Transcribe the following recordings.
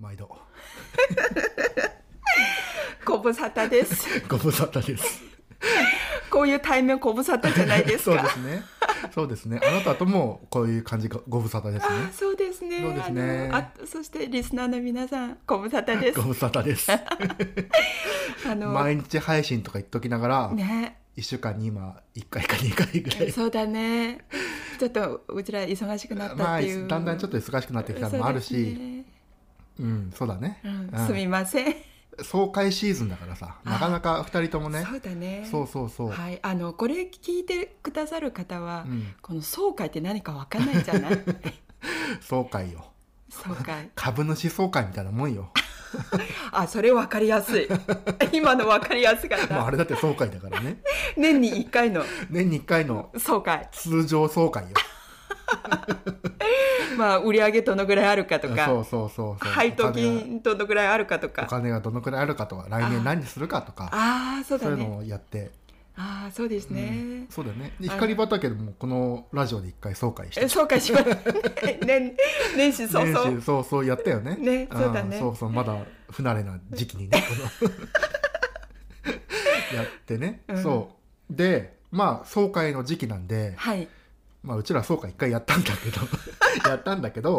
毎度ご無沙汰です。 ご無沙汰です。こういう対面ご無沙汰じゃないですそうか。ですね。そうですね。あなたともこういう感じがご無沙汰ですあね。そうですね。そうですねあのあそしてリスナーの皆さんご無沙汰ですご。無沙汰です。あの毎日配信とか言っときながら、 ね、一週間に今一回か二回ぐらい。そうだね。ちょっとうちら忙しくなったまっあていう。だんだんちょっと忙しくなってきたのもあるそうでし、すねうん、そうだね。うんうんすみません。爽快シーズンだからさ、あなかなか二人ともね、そうだね。そうそうそう。はい、あのこれ聞いてくださる方は、うん、この爽快って何かわかんないじゃない 爽快よ。爽快株主総会みたいなもんよ。あそれわかりやすい今のわかりやすかっ まああたれだって総会だからね。年に1回の年に一回の爽快通常総会よ。まあ売り上げどのぐらいあるかとそかうそうそうそう。配当お金が金どのぐらいあるかとおか金がどのくらいあるかとか来あー年何するかとかああそうそだういうのねをやって、ああそうですうねん、そうだよねであの光畑でもこのラジオで一回総会してえ爽快します年年始早年々始そうそうやったよねねそうだねんそうそうまだ不慣れな時期に ねこの やってね、うんそうでまあ総会の時期なんで、はいまあ、うちら総会一回やったんだ けどやったんだけど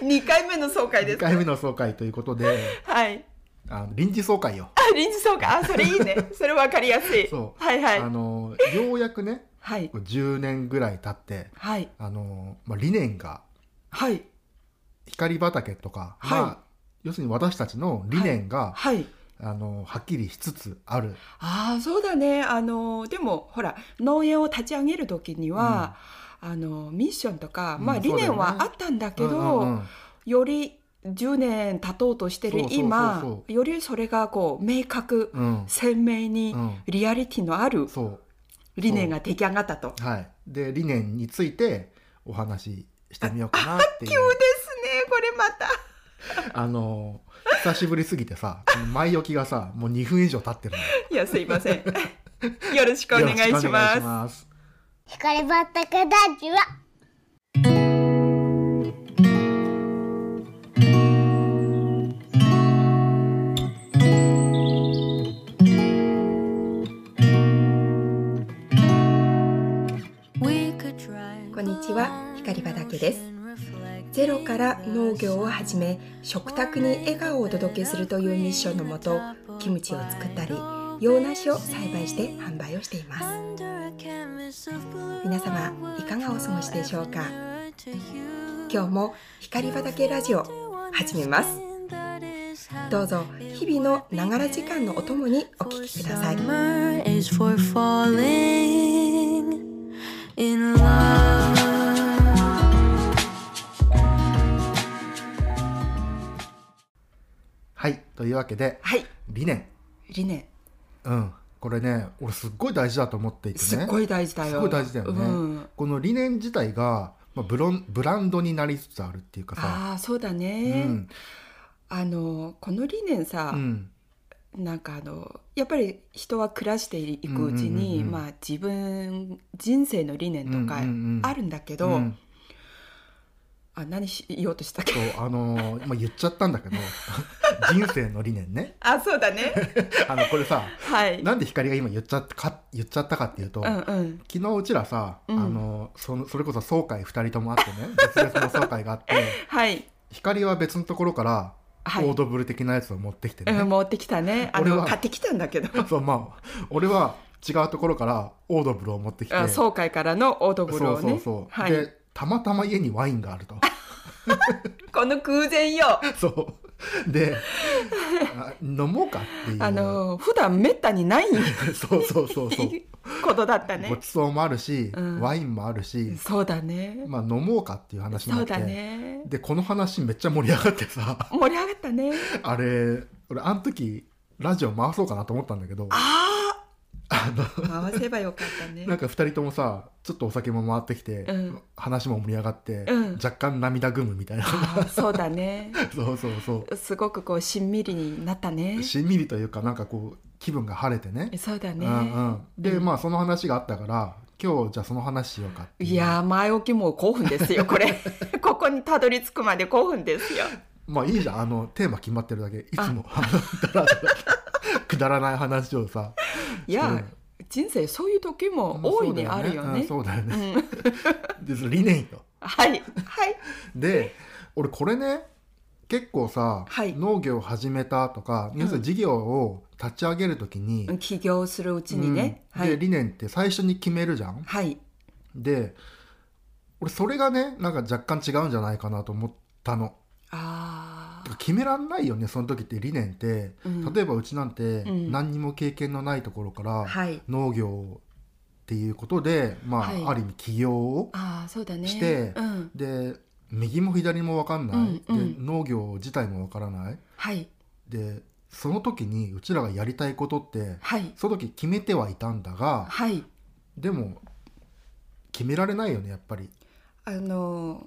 2回目の爽快で2す回目の総会ということではいあの臨時総会よ、あ臨時爽快あそれいいね それわかりやすいそうはいはいあのようやくねはい10年ぐらい経ってはいあの、まあ、理念がはい光畑とか、はいまあ要するに私たちの理念が、はいあのはっきりしつつある、ああそうだねあのでもほら農園を立ち上げる時には、あのミッションとか、うんまあ、理念そうだよはねあったんだけど、うんうんうんより10年経とうとしてるそうそうそうそう今よりそれがこう明確うん鮮明にうんリアリティのあるそ理念が出来上がったと。うはいで理念についてお話ししてみようかなっていうそうですねこれまたあの久しぶりすぎてさこの前置きがさもう2分以上経ってるのよいやすいません よろしくお願いよろしくお願います。す光畑ラジオここんんににちちはは光光畑畑でですすゼゼロロかからら農農業業ををは始じめめ食卓に笑顔をお届けするというミッションのもとキムチを作ったり洋梨を栽培して販売をしています皆様いかがお過ごしでしょうか今今日日もも光光畑畑ララジジオオ始めますどどううぞぞ日日々々ののななががらら時時間間ののおお供供ににおお聞聞ききくくだだささいいはいというわけではい理念理念うんこれね俺すっごい大事だと思っていてねすっごい大事だよすごい大事だよねうんこの理念自体が、まあ、ブロンブランドになりつつあるっていうかさ、ああそうだうね、んあのこの理念さう、ん、なんかあのやっぱり人は暮らしていくうちに、うんうんうんうんまあ、自分人生の理念とかうんうんうんあるんだけど、うんあ何し言おうとしたっけ そうあのーまあ、 言っちゃったんだけど人生の理念ねあそうだね あのこれさはいなんで光が今言っちゃったか言っちゃったかっていうと、うんうん昨日うちらさ、うんあのそのそれこそ総会2人ともあってね別々の総会があ ってはい光は別のところからはい、オードブル的なやつを持ってきてね、うん、持ってきたねあ俺のは買ってきたんだけど そうまあ俺は違うところからオードブルを持ってきてあ総会からのオードブルそうをそうねそう、はいでたまたま家にワインがある とこの偶然よそうであ飲もうかっていうあの普段めったにない そうそうそう そう、ことだったごねちそうもあるし、うんワインもあるし、そうだね、まあ、飲もうかっていう話にそなっうて、だねでこの話めっちゃ盛り上がってさ 盛り上がったねあれ俺あの時ラジオ回そうかなと思ったんだけどああのあ回せばよかったねなんか2人ともさちょっとお酒も回ってきて、うん話も盛り上がって、うん若干涙ぐむみたい なあーそうだねそうそうそすごくこうしんみりになったねうしんみりというかなんかこう気分が晴れてねそうだね、うんうん、で、うんまあその話があったから今日じゃあその話しようかっていう いやー前置きもう興奮ですよこれここにたどり着くまで興奮ですよまあいいじゃんあのテーマ決まってるだけいつもあのだらだら くだらない話をさいや、うん人生そういう時も大いにあるよね。そうだよね,、うん うん、そうだよねで理念よはいはいで俺これね結構さ、はい農業を始めたとか皆さん事業を立ち上げるときに、起業するうちにね、うんはでい理念って最初に決めるじゃん。はいで俺それがねなんか若干違うんじゃないかなと思ったの。あー決めらんないよねその時って理念って、うん例えばうちなんてうん何にも経験のないところからはい農業っていうことで、まあ、はいある意味起業をあーそうだねしてうん、で右も左も分かんない、うんうんで農業自体も分からないはいでその時にうちらがやりたいことってはいその時決めてはいたんだがはいでも決められないよねやっぱり。あのー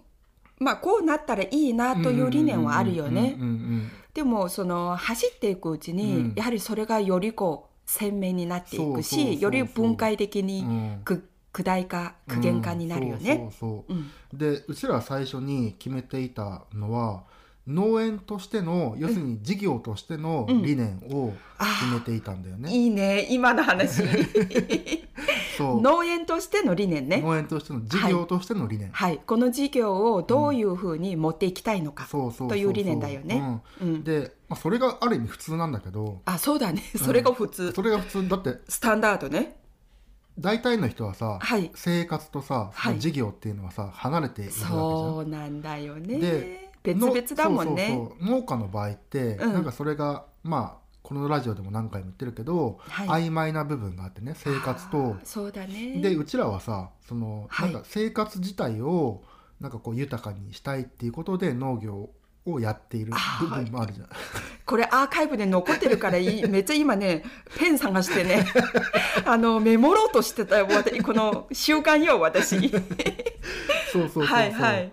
まあこうなったらいいなという理念はあるよねうんうんうんでもその走っていくうちに、うんやはりそれがよりこう鮮明になっていくしそうそうそうそうより分解的うにんうんく、具体化具現化になるようんそね。うそうそううんでうちら最初に決めていたのは農園としての要するに事業としての理念を決めあていたんだよーね。いいね今の話 そう農園としての理念ね。農園としての事業としての理念。はい、この事業をどういうふうに持っていきたいのか、そうそうそうそうという理念だよね。うんうんで、まあ、それがある意味普通なんだけどあそうだねそれが普通、それが普通だってスタンダードね大体の人はさ、はい生活とさその事業っていうのはさ離れているわけじゃん。そうなんだよねで別々だもんのねそうそうそう農家の場合って、うんなんかそれがまあこのラジオでも何回も言ってるけど、はい曖昧な部分があってね生活とあーそうだねでうちらはさその、はいなんか生活自体をなんかこう豊かにしたいっていうことで農業をやっているあ部分もあるじゃん、 これアーカイブで残ってるからいいめっちゃ今ねペン探してね あのメモろうとしてた私この習慣よ私 そうそうそうそう、はいはい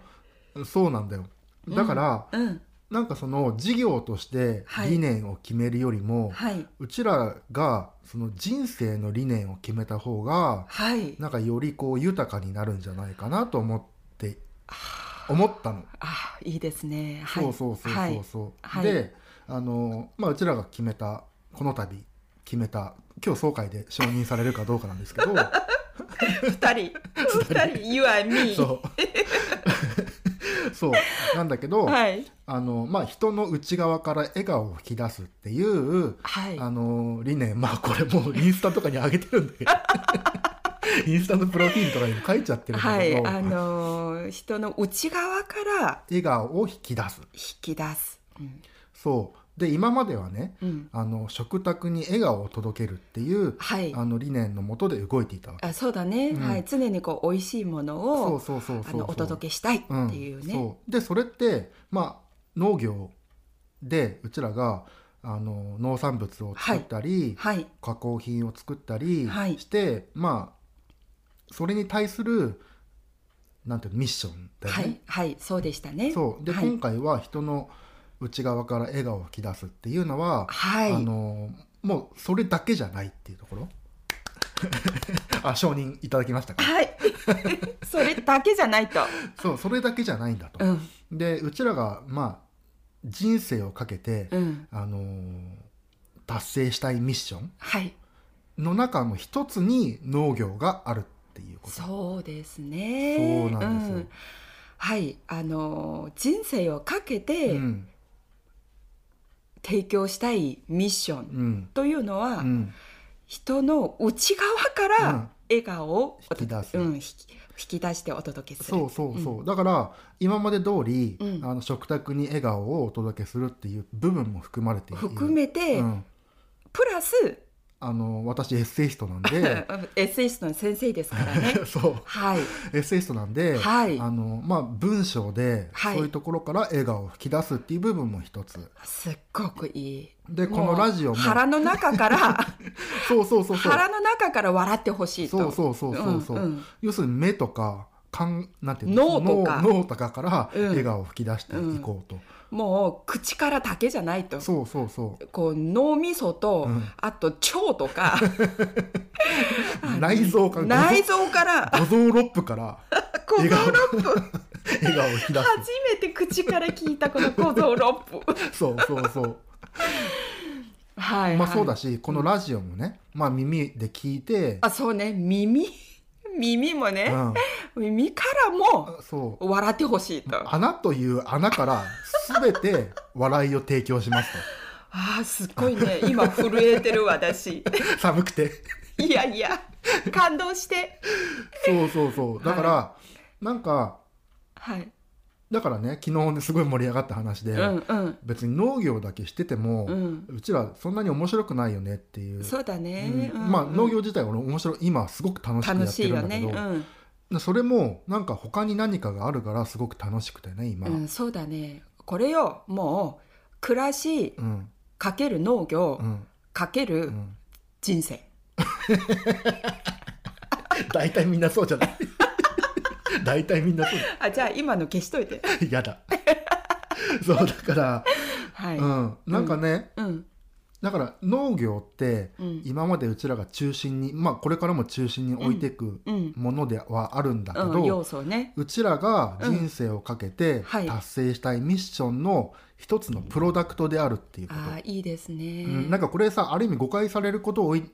そうなんだよだから、うんなんかその事業としてはい理念を決めるよりも、はいうちらがその人生の理念を決めた方がはいなんかよりこう豊かになるんじゃないかなと思って思ったの、あいいですねはいそうそうそうそうそう、はいであの、まあ、うちらが決めたこの度決めた今日総会で承認されるかどうかなんですけど二人二人 You and me そうそうなんだけど、はいあのまあ、人の内側から笑顔を引き出すっていうはいあの理念まあこれもうインスタとかに上げてるん だけどインスタのプロフィールとかにも書いちゃってるんだはけいど、あのー人の内側から笑顔を引き出す引き出す、うんそうで今まではねうんあの食卓に笑顔を届けるっていう、はいあの理念のもとで動いていたわけあそうだね、うんはい常にこう美味しいものそをうそうそうあそうのお届けしたいってんいうね、そうでそれってまあ農業でうちらがあの農産物を作ったり、はい加工品を作ったりはいして、まあそれに対するなんていうのミッションだよはね。いはいそうでしたねそうで、はい今回は人の内側から笑顔を引き出すっていうのは、はいあのもうそれだけじゃないっていうところ あ承認いただきましたかはい それだけじゃないと、そうそれだけじゃないんだうと、んでうちらがまあ人生をかけて、うん、あのー達成したいミッションはいの中の一つに農業があるっていうことそうですねそうなんですようんはいあのー人生をかけうてん提供したいミッションうんというのは、うん人の内側かうんら笑顔をおと引き出すうん、引き引き出してお届けするそうそうそう、だから今まで通り、うんあの食卓に笑顔をお届けするっていう部分も含まれている含めて、うん、プラス、あの私エッセイストなん でエッセイストの先生ですからね そうはいエッセイストなんで、はいあのまあ、文章ではいそういうところから笑顔を引き出すっていう部分も一つ、すっごくいいでこものうラジオも腹の中 からそうそうそうそう腹の中から笑ってほしいとそうそうそうそうそう、んん要するに目とかかんなんていうの脳とか脳脳とかからうん笑顔を吹き出していこうと、もう口からだけじゃないとそうそうそうこう脳みそと、うんあと腸と か内臓から内臓から 五臓六腑からこの笑顔ロップ笑顔を引き出す初めて口から聞いたこの小僧六歩そうそうそうはい、はい、まあそうだしこのラジオもね、まあ耳で聞いてあそうね耳耳もね、耳からうもん、そう笑ってほしいとあ穴という穴から全て笑いを提供しますあすっごいね今震えて る私と寒くていやいや感動してそうそうそうだから、なんかはい、だからね昨日ねすごい盛り上がった話で、うんうん別に農業だけしてても、ううんちらそんなに面白くないよねっていうそうだね、うんうんまあうん農業自体俺面白い今すごく楽しくや楽ってしいるよんだねけど、うんでそれもなんか他に何かがあるからすごく楽しくてね今、うん、そうだねこれよもう暮らしうんかける農業うんかけうるん人生、大体みんなそうじゃない 大体みんなそうあじゃあ今の消しといてやだそうだから、はい、ううんん、なんかね、うんだから農業ってうん今までうちらが中心にまあこれからも中心に置いていくうんものではあるんだけど、う要素ねちらが人生をかけてんはい達成したいミッションの一つのプロダクトであるっていうこと、ああいいですね、うんなんかこれさある意味誤解されること多い,、うん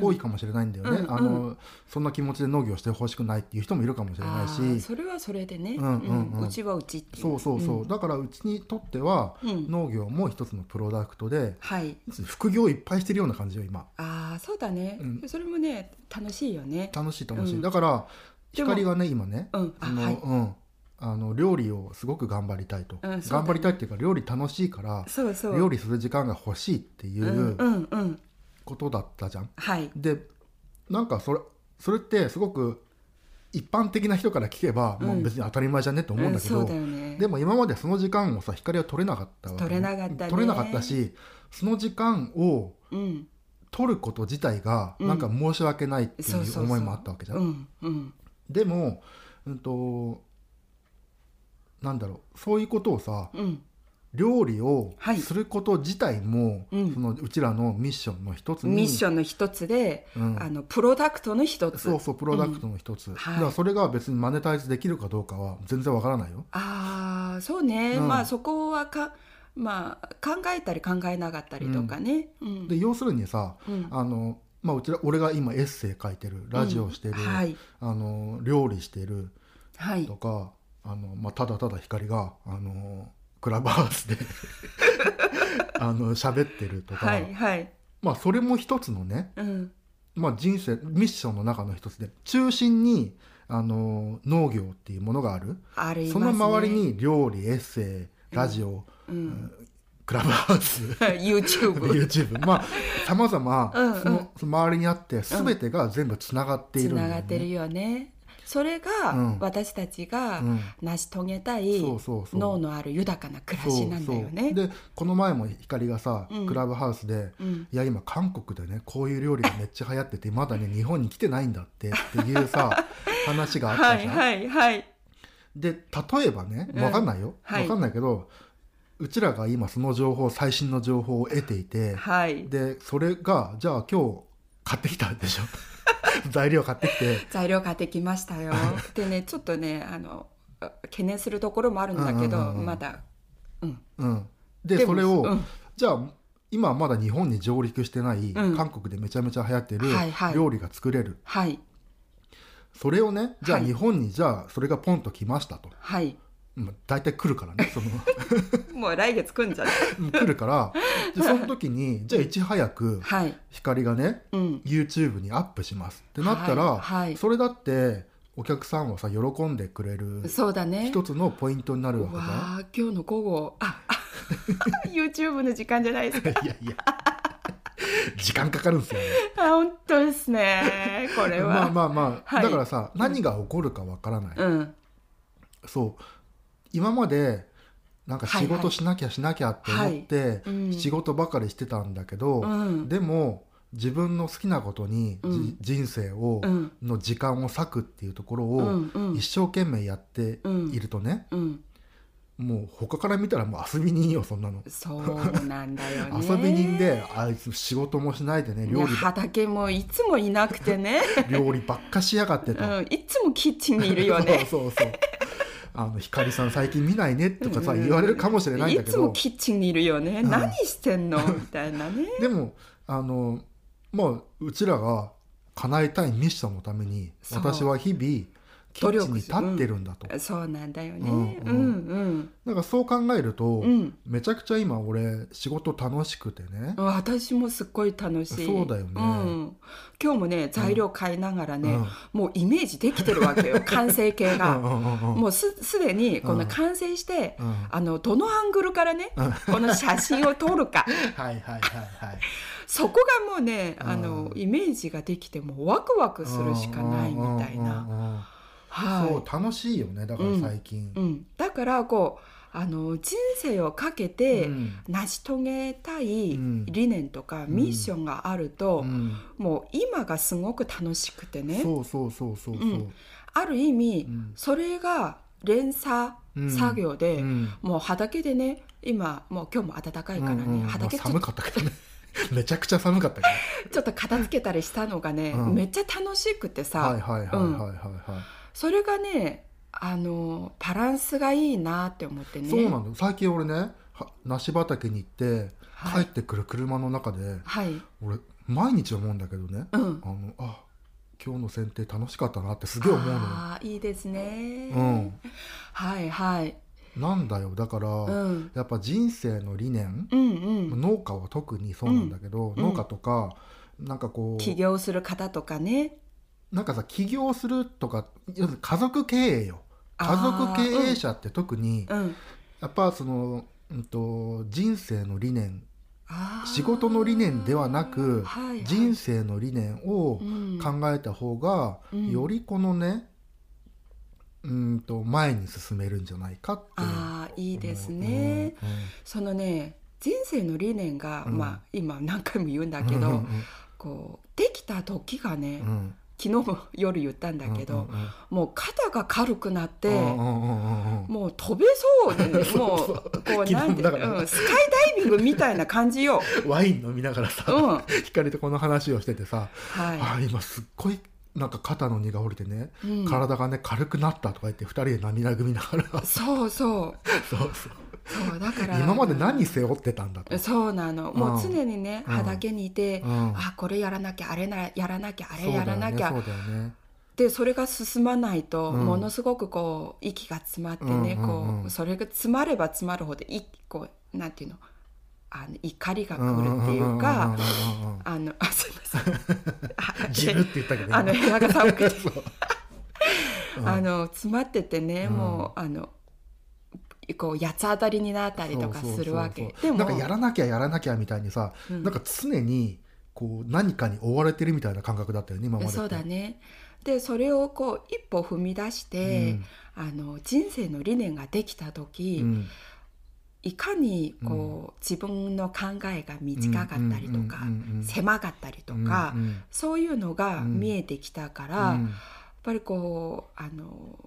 多いかもしれないんだよね、うんあのそんな気持ちで農業してほしくないっていう人もいるかもしれなあいし、ーそれはそれでね、うんうんうんうちはうちっていうそうそうそう、んだからうちにとってはうん農業も一つのプロダクトではい副業いっぱいしてるような感じよ今ああそうだね、うんそれもね楽しいよね楽しい楽しい、うんだからでも光がね今ねうんああの、はいうんあの料理をすごく頑張りたいと、うんそうだね頑張りたいっていうか料理楽しいからそうそう料理する時間が欲しいっていうんううんうんことだったじゃん、はいでなんかそれそれってすごく一般的な人から聞けば、うんもう別に当たり前じゃねと思うんだけど、うんそうだよねでも今までその時間をさ光は取れなかったわけ取れなかったね取れなかったしその時間をうん取ること自体がうんなんか申し訳ないっていそうそううそう思いもあったわけじゃん、うんうんでも、うんとなんだろうそういうことをさうん料理をはいすること自体も、うんそのうちらのミッションの一つにミッションの一つで、うんあのプロダクトの一つそうそうプロダクトの一つ、はいだからそれが別にマネタイズできるかどうかは全然わからないよああそうね、うんまあそこはかまあ考えたり考えなかったりとかね、うんで要するにさうんあの、まあ、うちら俺が今エッセイ書いてるラジオしてる、うんはいあの料理してるはいとかあの、まあ、ただただ光があのクラブハウスで あの喋ってるとか、はいはいまあ、それも一つのね、うんまあ、人生ミッションの中の一つで中心にあの農業っていうものがあるありますねその周り、に料理エッセイラジオ、うん、クラブハウス YouTube YouTube まあさまざまうんうんそのその周りにあって全てが全部つながっていつるんだなよねがってるよねそれが、うん私たちがうん成し遂げたい、そうそうそう脳のある豊かな暮らしなんだよねそうそうでこの前も光がさ、うんクラブハウスで「うんいや今韓国でねこういう料理がめっちゃ流行っててまだね日本に来てないんだって」っていう さ話があっはたじいゃん。はいはいで例えばねうんわかんないよ、はいわかんないけどうちらが今その情報最新の情報を得ていて、はいでそれがじゃあ今日買ってきたで しょ材料買ってきて。材料買ってきまし たよでねちょっとねあの懸念するところもあるんだけど、うんうんうんうんまだうん、ででもそれを、うんじゃあ今まだ日本に上陸してない、うん韓国でめちゃめちゃ流行ってるはいはい料理が作れる、はいそれをねじゃあはい日本にじゃあそれがポンと来ましたと、はいまあ、大体来るからねその もう来月来んじゃない来るからでその時 にじゃあいち早くはい光がねうん YouTube にアップしますってなったら、はいはいそれだってお客さんをさ喜んでくれるそうだね一つのポイントになるわうけじゃん。わー今日の午後ああ YouTube の時間じゃないですか いやいや時間かかるんですよね。あ本当ですねこれまはあまあまあ、はいだからさ何が起こるかわからない、うんそう今までなんか仕はいは事いしなきゃしなきゃって思って、うん仕事ばかりしてたんだけど、うんでも自分の好きなことに、うんじ人生を、うんの時間を割くっていうところをうんうん一生懸命やってうんいるとね、うんもう他から見たらもう遊び人よそんなの。そうなんだよ ね遊び人であいつ仕事もしないでねい料や理ば畑もいつもい なくてね、料理ばっかしやがってと う。ん、いつもキッチンにいるよねそうそうそう。あの光さん最近見ないねとかさ言われるかもしれないんだけいつど、もキッチンにいるよね、うん何してんの みたいなねでもあのまあうちらが叶えたいミッションのためにそう私は日々キッチンに立ってるんだと、そうなんだよね、ううんん、ううんんなんかそう考えると、うんめちゃくちゃ今俺仕事楽しくてね、私もすっごい楽しいそうだよねん、今日もね材料買いながらね、うんもうイメージできてる わけよ完成形うんが、うんうんうんもうすすでにこんなうん完成して、うんはあのどのアングルからね、この写真を撮るかいはいはいはいそこがもうねあの、うんイメージができてもうワクワクするしかないみたいな、うんうんうんうんはいそう楽しいよねだから最近、うん、だからこうあの人生をかけて、うん成し遂げたいうん理念とかうんミッションがあると、うんもう今がすごく楽しくてねそうそうそうそうそう、うんある意味、うんそれが連鎖うん作業で、うんもう畑でね今もう今日も暖かいからね、うんうんまあ畑ちょ寒かったけどね めちゃくちゃ寒かった けちょっと片付けたりしたのがね、うんめっちゃ楽しくてどさ、はいはいはいはいはいはい、それがねあのバランスがいいなって思ってね。そうなんだよ最近俺ねは梨畑に行っては帰っい、てくる車の中で、はい俺毎日思うんだけどねうんあ、のあ今日の剪定楽しかったなってすげえ思うのよあーいいですね、うんはいはい、なんだよだから、うん、やっぱ人生の理念、うんうん農家は特にそうなんだけど、ん農家とかなんかこ起う業する方とかねなんかさ起業するとか要するに家族経営よ家あ族ー経営者って特に、うんやっぱその、うん、と人生の理念あー仕事の理念ではなくはいはい人生の理念をうん考えた方が、うんよりこのねうんと前に進めるんじゃないかっていうあーいいですね、うんそのね人生の理念が、うんまあ今何回も言うんだうんけど、うんこうできた時がね、うんうん昨日も夜言ったんだけど、うんうんうんもう肩が軽くなって、うんうんうんうんうんもう飛べそうで、 ね、もうこうなんて、昨日もだからうん、スカイダイビングみたいな感じよ。ワイン飲みながらさ、うん、は光とこの話をしててさ、い。あー今すっごいなんか肩の荷が下りてね、うん体がね軽くなったとか言って二人で涙ぐみながらそう そうそうそうそうだから 今まで何背負ってたんだと、そうなのもう常にね、うん畑にいて、うんあこれやらなきゃあれなやらなきゃあそれうやだらよなねきゃそうだよねでそれが進まないと、うんものすごくこう息が詰まってね、うんうんうんこうそれが詰まれば詰まるほどいこうなんていうのあの怒りが来るっていうか、うんうんうんうん うんうんあのあすい ませんあジルって言ったけどあの部屋が寒くて、うんあの詰まっててね、うんもうあのこう八つ当たりになったりとかするわけそうそうそうそうでなんもかやらなきゃやらなきゃみたいにさ、うんなんか常にこう何かに追われてるみたいな感覚だったよね今までってそうだねでそれをこう一歩踏み出して、あの人生の理念ができた時、うんいかにこう、自分の考えが短かったりうんうんうとか、んうん狭かったりとうか、んうんそういうのがうん見えてきたから、うやっんぱりこうあの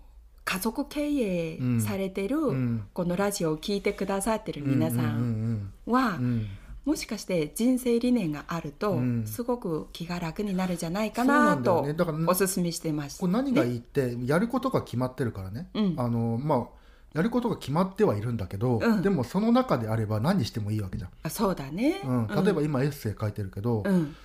家族経営されてる、うんこのラジオを聞いてくださってる皆さうんんうは、んうんうんもしかして人生理念があると、うんすごく気が楽になるんじゃないそかうななんだよとねだからおすすめしてます。これ何がいいってやることが決まってるからねうんあのまあやることが決まってはいるんだけど、うんでもその中であれば何してもいいわけじゃん、あそうだね、うん、例えば今エッセイ書いてるけど、うん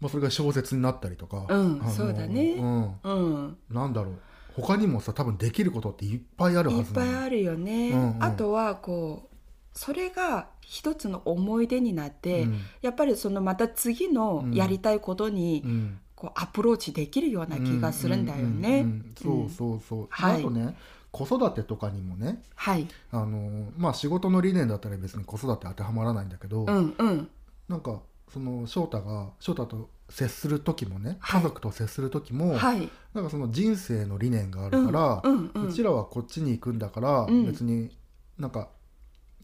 まあ、それが小説になったりとか、うんあのそうだねうんうん、なんだろう他にもさ多分できることっていっぱいあるいはっずぱないのあるよね、うんうんあとはこうそれが一つの思い出になって、うんやっぱりそのまた次のやりたいことにうんこうアプローチできるような気がするんだよね。うんうんうんうんそうそうそう、はいあとね子育てとかにもねはい、あのまあ仕事の理念だったら別に子育て当てはまらないんだけど、うんうん、なんかその翔太が翔太と接する時もね家族と接する時も、はい、なんかその人生の理念があるから、うんうんうんちらはこっちに行くんだから、うん別になんか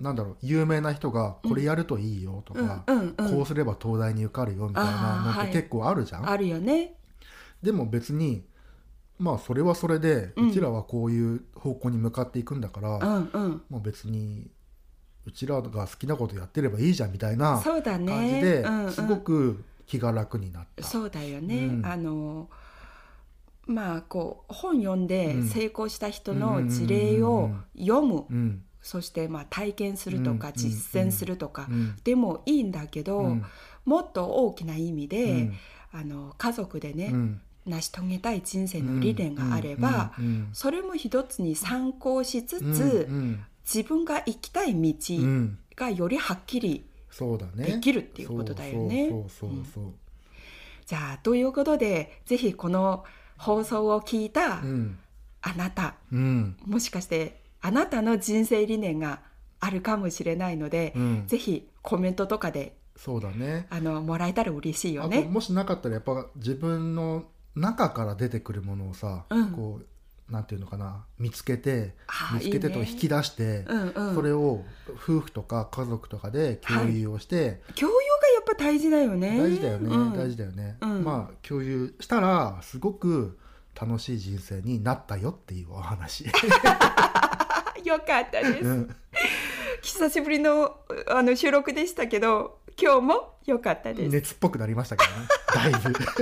なんだろう有名な人がこれやるといいよとか、うんうんうんこうすれば東大に受かるよみたいなあーのっはてい結構あるじゃん、あるよね。でも別にまあそれはそれで、ううんちらはこういう方向に向かっていくんだから、うんうん、まあ、別にうちらが好きなことやってればいいじゃんみたいなそうだね。感じで、うんうんすごく気が楽になった。そうだよね、うんあのまあこう本読んでうん成功した人の事例を読む、うんそしてまあ体験するとかうん実践するとか、うんでもいいんだけど、うんもっと大きな意味で、うんあの家族でね、うん成し遂げたい人生の理念があれば、うんうんそれも一つに参考しつつ、うん自分が行きたい道うんうんがよりはっきりそうだねできるっていうことだよね。そうそうそうそうそうじゃあということでぜひこの放送を聞いたうんあなた、うんもしかしてあなたの人生理念があるかもしれないので、うんぜひコメントとかでそうだねあのもらえたら嬉しいよあとね。もしなかったらやっぱ自分の中から出てくるものをさ、うんこうなんていうのかな見つけてあ見つけていいとね引き出してうんうん、それを夫婦とか家族とかで共有をして、教養がやっぱ大事だよね。大事だよね、うん大事だよね、うんまあ共有したらすごく楽しい人生になったよっていうお 話、あよかったです。うん久しぶりのあの収録でしたけど今日も良かったです、熱っぽくなりましたけどねだいぶ分か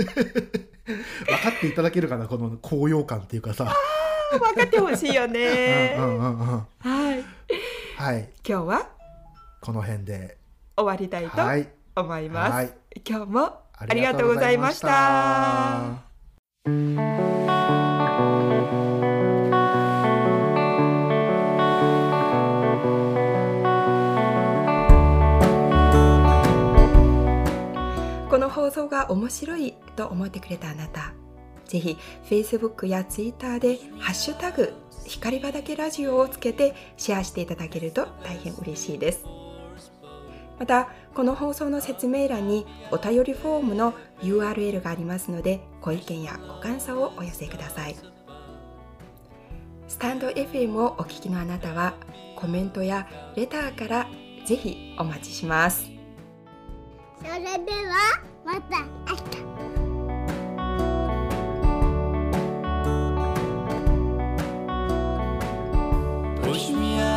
っていただけるかなこの高揚感っていうかさ、分かってほしいよねうんうんうんうんはいはい今日はこの辺で終わりたいはとい思います、はい今日もありがとうございました。この放送が面白いと思ってくれたあなた、ぜひ Facebook や Twitter でハッシュタグ光場だけラジオをつけてシェアしていただけると大変嬉しいです。また、この放送の説明欄にお便りフォームの URL がありますので、ご意見やご感想をお寄せください。スタンド FM をお聞きのあなたは、コメントやレターからぜひお待ちします。それではまた明日「Push me out